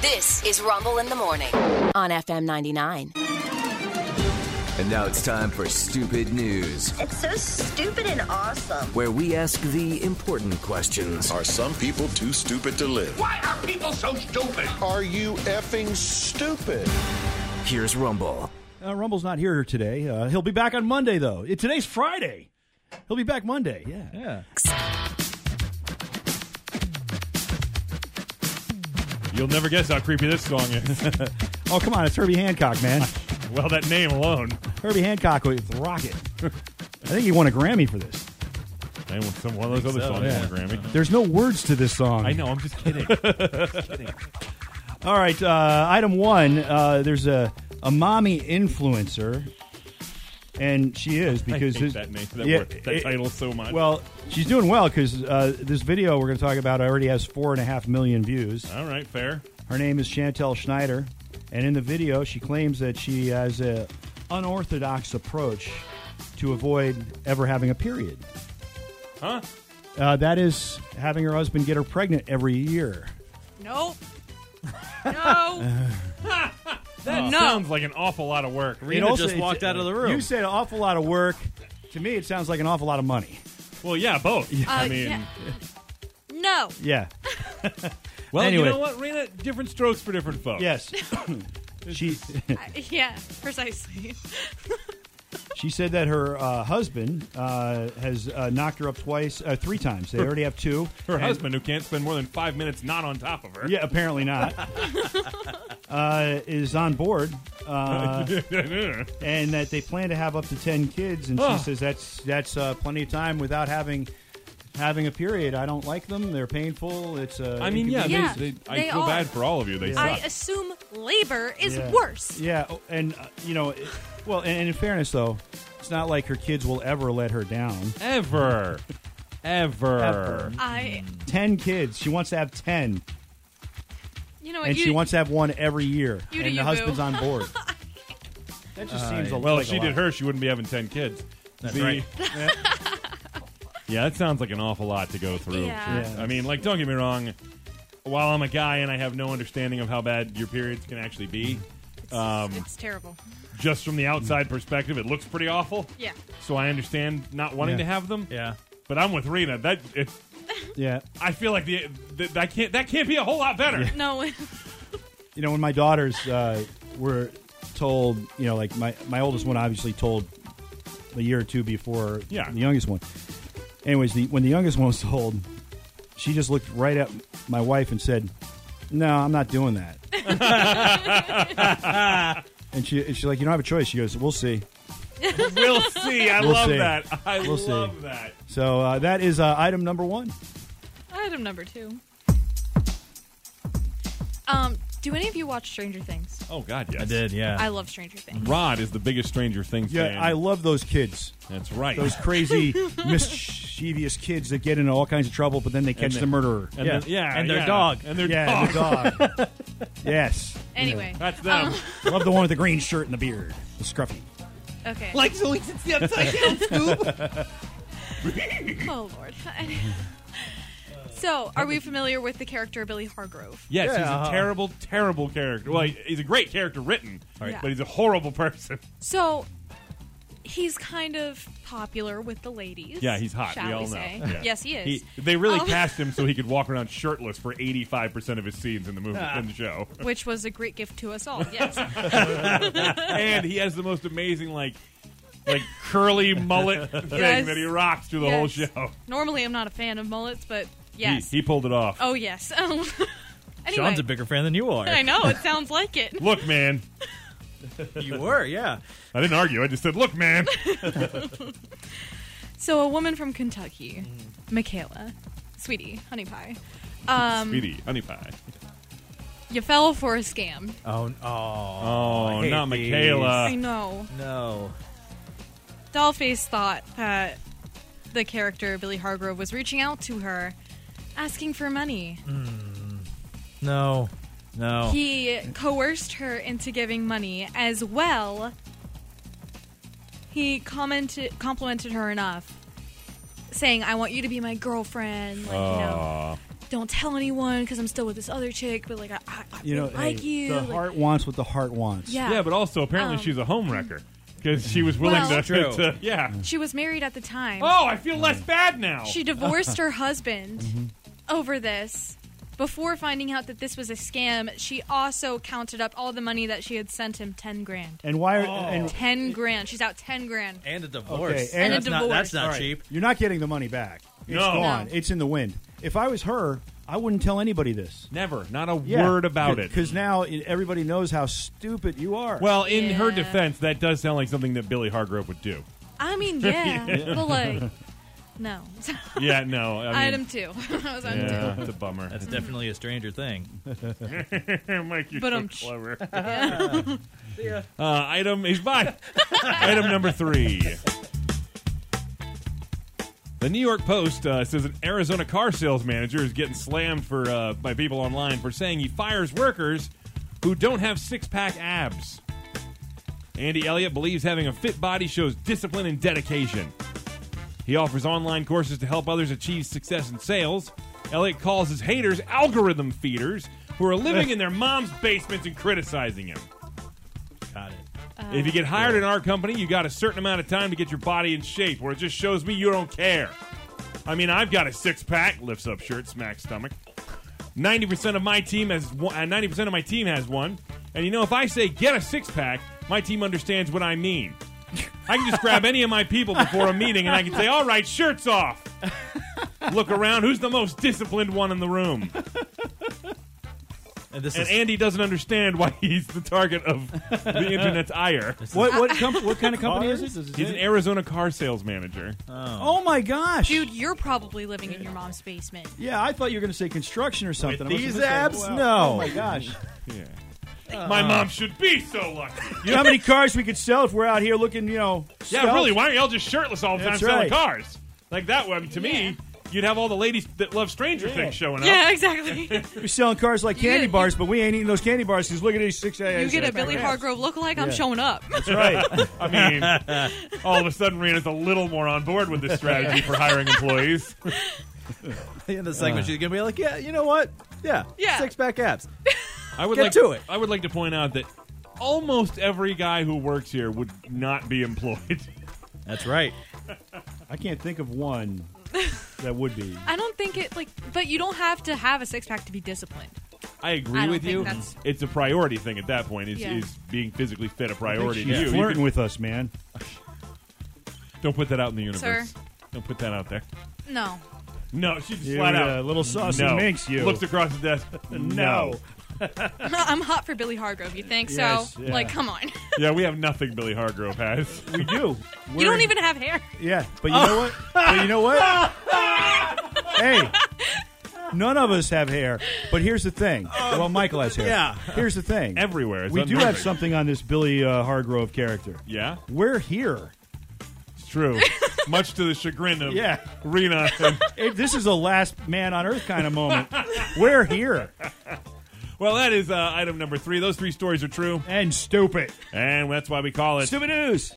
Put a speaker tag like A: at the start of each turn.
A: This is Rumble in the Morning on FM 99.
B: And now it's time for Stupid News,
C: It's so stupid and awesome.
B: where we ask the important questions.
D: Are some people too stupid to live?
E: Why are people so stupid?
D: Are you effing stupid?
B: Here's Rumble.
F: Uh, Rumble's not here today. Uh, he'll be back on Monday, though. It, today's Friday. He'll be back Monday. Yeah. Yeah.
G: You'll never guess how creepy this song is.
F: Oh, come on. It's Herbie Hancock, man.
G: well, that name alone.
F: Herbie Hancock with Rocket. I think he won a Grammy for this.
G: Name one- some one of those other songs
F: yeah.
G: on Grammy.
F: There's no words to this song.
G: I know. I'm just kidding.
F: All right. Uh, item one uh, there's a, a mommy influencer. And she is because
G: hate
F: this-
G: that name- that word- that
F: it-
G: title so much.
F: Well, she's doing well because uh, this video we're going to talk about already has four and a half million views.
G: All right, fair.
F: Her name is Chantel Schneider, and in the video, she claims that she has a unorthodox approach to avoid ever having a period.
G: Huh?
F: Uh, that is having her husband get her pregnant every year.
H: Nope. No.
G: That
H: No.
G: sounds like an awful lot of work.
F: It
G: Rena
F: also-
G: just walked
F: it's-
H: uh,
F: uh,
G: out of the room.
F: You said an awful lot of work. To me, it sounds like an awful lot of money.
G: well, yeah, both. I
H: Uh,
G: mean, oh,
H: yeah. No.
F: Yeah.
G: well,
F: Anyway.
G: you know what, Rena? Different strokes for different folks.
F: Yes. she
H: Yeah, precisely.
F: she said that her uh, husband uh, has uh, knocked her up twice, uh, three times. They already have two.
G: Her
F: And-
G: husband, who can't spend more than five minutes not on top of her.
F: Yeah, apparently not. uh, is on board, uh, and that they plan to have up to ten kids. And
G: Oh.
F: she says that's that's uh, plenty of time without having having a period. I don't like them. They're painful. It's uh,
G: I mean, yeah.
F: inconven-
G: they-
H: Yeah,
G: they- I
H: they
G: feel
H: are.
G: bad for all of you. They
H: I
G: suck.
H: assume labor is
F: Yeah.
H: worse.
F: yeah. oh, And uh, you know, it- well, and, and in fairness though, it's not like her kids will ever let her down.
G: Ever. Ever.
F: Ever.
H: I,
F: Ten kids. She wants to have ten,
H: you know, what,
F: and
H: you,
F: she wants to have one every year.
H: You do
F: and the
H: you,
F: husband's
H: boo.
F: on board. That just seems a
G: Uh, Well,
F: like
G: if
F: a
G: she did
F: lot.
G: her, she wouldn't be having ten kids. That's
F: right.
G: yeah, that sounds like an awful lot to go through.
H: Yeah.
F: Yeah.
G: I mean, like, don't get me wrong. While I'm a guy and I have no understanding of how bad your periods can actually be, Um,
H: it's terrible.
G: just from the outside perspective, it looks pretty awful.
H: Yeah.
G: So I understand not wanting
F: Yeah.
G: to have them.
F: Yeah.
G: But I'm with Rena. That it,
F: Yeah.
G: I feel like the, the that can't that can't be a whole lot better.
H: No.
F: you know, when my daughters uh, were told, you know, like my, my oldest one obviously told a year or two before
G: Yeah.
F: the youngest one. Anyways, the, when the youngest one was told, she just looked right at my wife and said, "No, I'm not doing that." and she and she's like, "You don't have a choice." She goes, "We'll see."
G: We'll see. I
F: We'll
G: love
F: see.
G: that. I
F: We'll see.
G: love that.
F: So uh, that is uh, item number one.
H: Item number two. Um, do any of you watch Stranger Things?
G: Oh God, yes.
F: yeah.
H: I love Stranger Things.
G: Rod is the biggest Stranger Things
F: yeah,
G: fan.
F: I love those kids.
G: That's right.
F: Those crazy, mischievous kids that get into all kinds of trouble, but then they catch
G: they-
F: the murderer.
G: And
F: yeah.
G: then- yeah,
F: And their
G: yeah.
F: dog.
G: and their
F: yeah,
G: dog.
F: and the dog. yes.
H: Anyway.
G: That's them.
F: Love the one with the green shirt and the beard. The scruffy.
H: Okay.
G: like so it's the upside down.
H: oh, Lord. so, are we familiar with the character Billy Hargrove?
G: Yes, he's
F: Yeah.
G: a terrible, terrible character. Well, he- he's a great character written,
H: Alright.
G: but he's a horrible person.
H: So he's kind of popular with the ladies.
G: Yeah, he's hot.
H: Shall
G: we
H: we,
G: all know.
H: say?
G: Yeah.
H: Yes, he is.
G: they really
H: Um,
G: cast him so he could walk around shirtless for eighty-five percent of his scenes in the movie in the show,
H: Which was a great gift to us all. Yes.
G: and he has the most amazing like, like curly mullet thing
H: Yes.
G: that he rocks through the whole
H: Yes.
G: show.
H: Normally, I'm not a fan of mullets, but yes.
G: He, he pulled it off.
H: oh, yes. Um, anyway,
I: Sean's a bigger fan than you are.
H: I know it sounds like it.
G: Look, man,
I: You were, yeah.
G: I didn't argue. I just said, look, man.
H: So, a woman from Kentucky,
I: Mm.
H: Michaela, sweetie, honey pie, um,
G: Sweetie, honey pie.
H: you fell for a scam.
I: Oh, oh,
G: Oh,
I: hate
G: not
I: these.
G: Michaela.
H: I know.
I: no.
H: Dollface thought that the character Billy Hargrove was reaching out to her, asking for money.
I: No. No.
F: Oh.
H: He coerced her into giving money as well. He commented complimented her enough, saying, "I want you to be my girlfriend." Like, you know, don't tell anyone because I'm still with this other chick, but like I, I, I
F: You know,
H: really like
F: hey,
H: you.
F: the
H: like-
F: heart wants what the heart wants.
H: yeah.
G: Yeah, but also apparently
H: Um,
G: she's a home wrecker because she was willing
H: Well-
G: to,
I: True.
G: to- Yeah.
H: she was married at the time.
G: Oh, I feel less bad now.
H: She divorced her husband
F: Mm-hmm.
H: over this. Before finding out that this was a scam, she also counted up all the money that she had sent him 10 grand.
F: And why? Are, and
H: 10 grand. She's out 10 grand.
I: And a divorce.
F: Okay, and- And a
I: that's not, that's
H: divorce.
I: not
F: All right,
I: cheap.
F: You're not getting the money back. It's
G: No.
F: gone.
H: No.
F: It's in the wind. If I was her, I wouldn't tell anybody this.
G: Never, not a word about it.
F: Because now it, everybody knows how stupid you are.
G: Well, in her
H: Yeah.
G: defense, that does sound like something that Billy Hargrove would do.
H: I mean, yeah, but like, no.
G: Yeah, no. I mean,
H: Item two. I was on two.
G: yeah, it's a bummer.
I: That's definitely a Stranger Thing.
G: Mike, you're
H: But
G: so
H: um, sh-
G: clever. Uh, item is by item number three. The New York Post uh, says an Arizona car sales manager is getting slammed for uh, by people online for saying he fires workers who don't have six pack abs. Andy Elliott believes having a fit body shows discipline and dedication. He offers online courses to help others achieve success in sales. Elliot calls his haters algorithm feeders who are living in their mom's basements and criticizing him.
I: Got it.
G: if you get hired in our company, you got a certain amount of time to get your body in shape, where it just shows me you don't care. I mean, I've got a six pack, lifts up shirt, smacks stomach. Ninety percent of my team has one. uh, Ninety percent of my team has one. And you know, if I say get a six pack, my team understands what I mean. I can just grab any of my people before a meeting, and I can say, "All right, shirts off." Look around. Who's the most disciplined one in the room?
I: And this
G: And
I: is
G: Andy doesn't understand why he's the target of the internet's ire.
F: what
H: Uh,
F: what, com- what kind of company is it? Does it
G: He's
F: say?
G: an Arizona car sales manager.
F: oh my gosh,
H: Dude, you're probably living in your mom's basement.
F: Yeah, I thought you were going to say construction or something. I was
I: these
F: gonna say,
I: abs?
F: wow.
I: No.
F: Oh my gosh.
G: yeah. My mom should be so lucky.
F: Uh, You know how many cars we could sell if we're out here looking, you know?
G: Yeah,
F: stealth?
G: really. Why are y'all just shirtless all the
F: That's
G: time
F: right.
G: selling cars? Like that one, to me, you'd have all the ladies that love Stranger Things showing up.
H: Yeah, exactly.
F: We're selling cars like candy
H: get-
F: bars, but we ain't eating those candy bars because look at these six
H: You get a Billy Hargrove lookalike, I'm showing up.
F: That's right.
G: I mean, all of a sudden, Rena's a little more on board with this strategy for hiring employees.
I: in the
F: Uh-huh.
I: segment. she's gonna be like, yeah, you know what? Yeah,
H: Yeah.
I: six pack abs.
G: I would
I: Get
G: like
I: to it.
G: I would like to point out that almost every guy who works here would not be employed.
I: That's right.
F: I can't think of one that would be.
H: I don't think it, like, but you don't have to have a six pack to be disciplined.
G: I agree
H: I don't
G: with
H: think
G: you.
H: that's-
G: It's a priority thing at that point. Is,
H: Yeah.
G: is being physically fit a priority to
F: She's
G: you? You
F: flirting
G: can-
F: with us, man.
G: don't put that out in the universe.
H: Sir.
G: Don't put that out there.
H: No.
G: No, she just
F: You,
G: flat out
F: uh, little saucy
G: no.
F: minx, you.
G: looks across the desk.
F: No.
H: I'm hot for Billy Hargrove, you think?
F: Yes,
H: so,
F: yeah.
H: like, come on.
G: yeah, we have nothing Billy Hargrove has.
F: We do.
H: you don't even have hair.
F: Yeah, but you know what? But you know what? hey, none of us have hair. But here's the thing. Well, Michael has hair.
I: Yeah.
F: Here's the thing.
G: Everywhere. It's
F: we do have
G: unnerving.
F: something on this Billy uh, Hargrove character.
G: Yeah,
F: We're here.
G: it's true. Much to the chagrin of
F: Yeah.
G: Rena. And,
F: It, this is a last man on earth kind of moment. We're here
G: well, that is uh, item number three. Those three stories are true,
F: and stupid.
G: and that's why we call it
F: Stupid news.